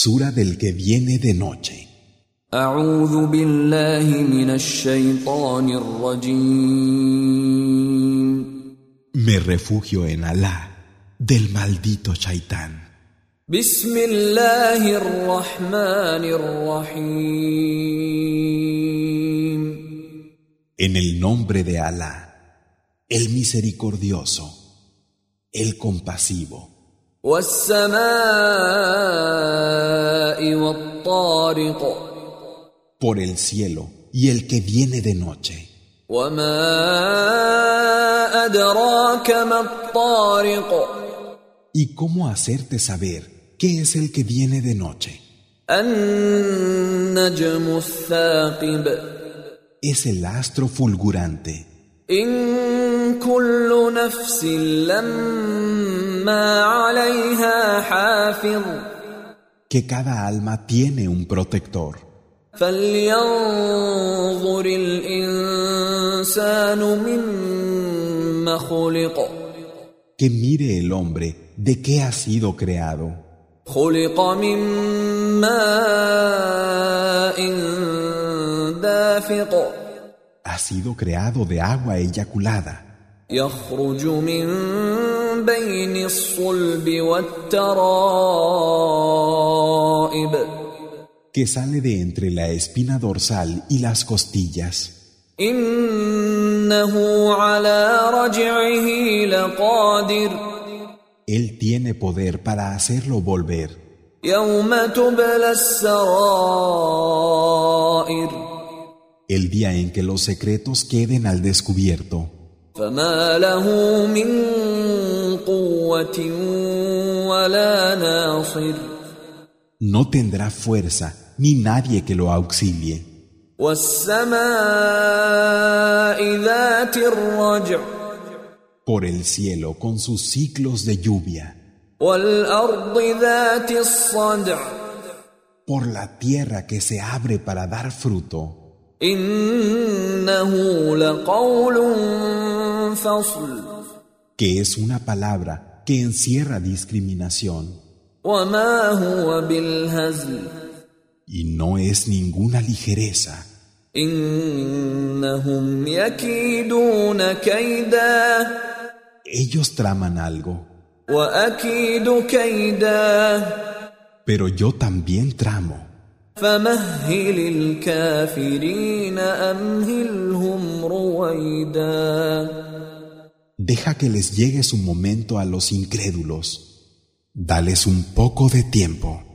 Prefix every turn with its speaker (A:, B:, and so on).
A: Sura del que viene de noche.
B: أعوذ بالله من الشيطان الرجيم
A: Me refugio en Alá, del maldito Shaitán.
B: بسم الله الرحمن الرحيم
A: En el nombre de Alá, el misericordioso, el compasivo,
B: والسماء والطارق
A: por el cielo y el que viene de noche.
B: وما أدراك ما الطارق
A: ¿Y cómo hacerte saber qué es el que viene de noche?
B: النجم الثاقب
A: Es el astro fulgurante.
B: إن كل نفس لما عليها حافظ
A: que cada alma tiene un protector.
B: فلينظر الإنسان مما خلق
A: Que mire el hombre de qué ha sido creado.
B: خلق من ماء دافق
A: Ha sido creado de agua eyaculada,
B: يخرج من بين الصلب والترائب
A: que sale de entre la espina dorsal y las costillas.
B: إنه على رجعه لقادر
A: Él tiene poder para hacerlo volver
B: يوم تبلى السرائر
A: el día en que los secretos queden al descubierto.
B: فما له من قوة ولا ناصر
A: No tendrá fuerza ni nadie que lo auxilie.
B: والسماء ذات الرجع
A: Por el cielo con sus ciclos de lluvia,
B: والأرض ذات الصدع
A: por la tierra que se abre para dar fruto.
B: إنه لقول فصل
A: que es una palabra que encierra discriminación
B: وما هو بالهزل
A: y no es ninguna ligereza,
B: إنهم يكيدون كيدا
A: ellos traman algo,
B: وأكيد كيدا
A: pero yo también tramo.
B: فمهل الكافرين أمهلهم رويدا
A: Deja que les llegue su momento a los incrédulos, dales un poco de tiempo.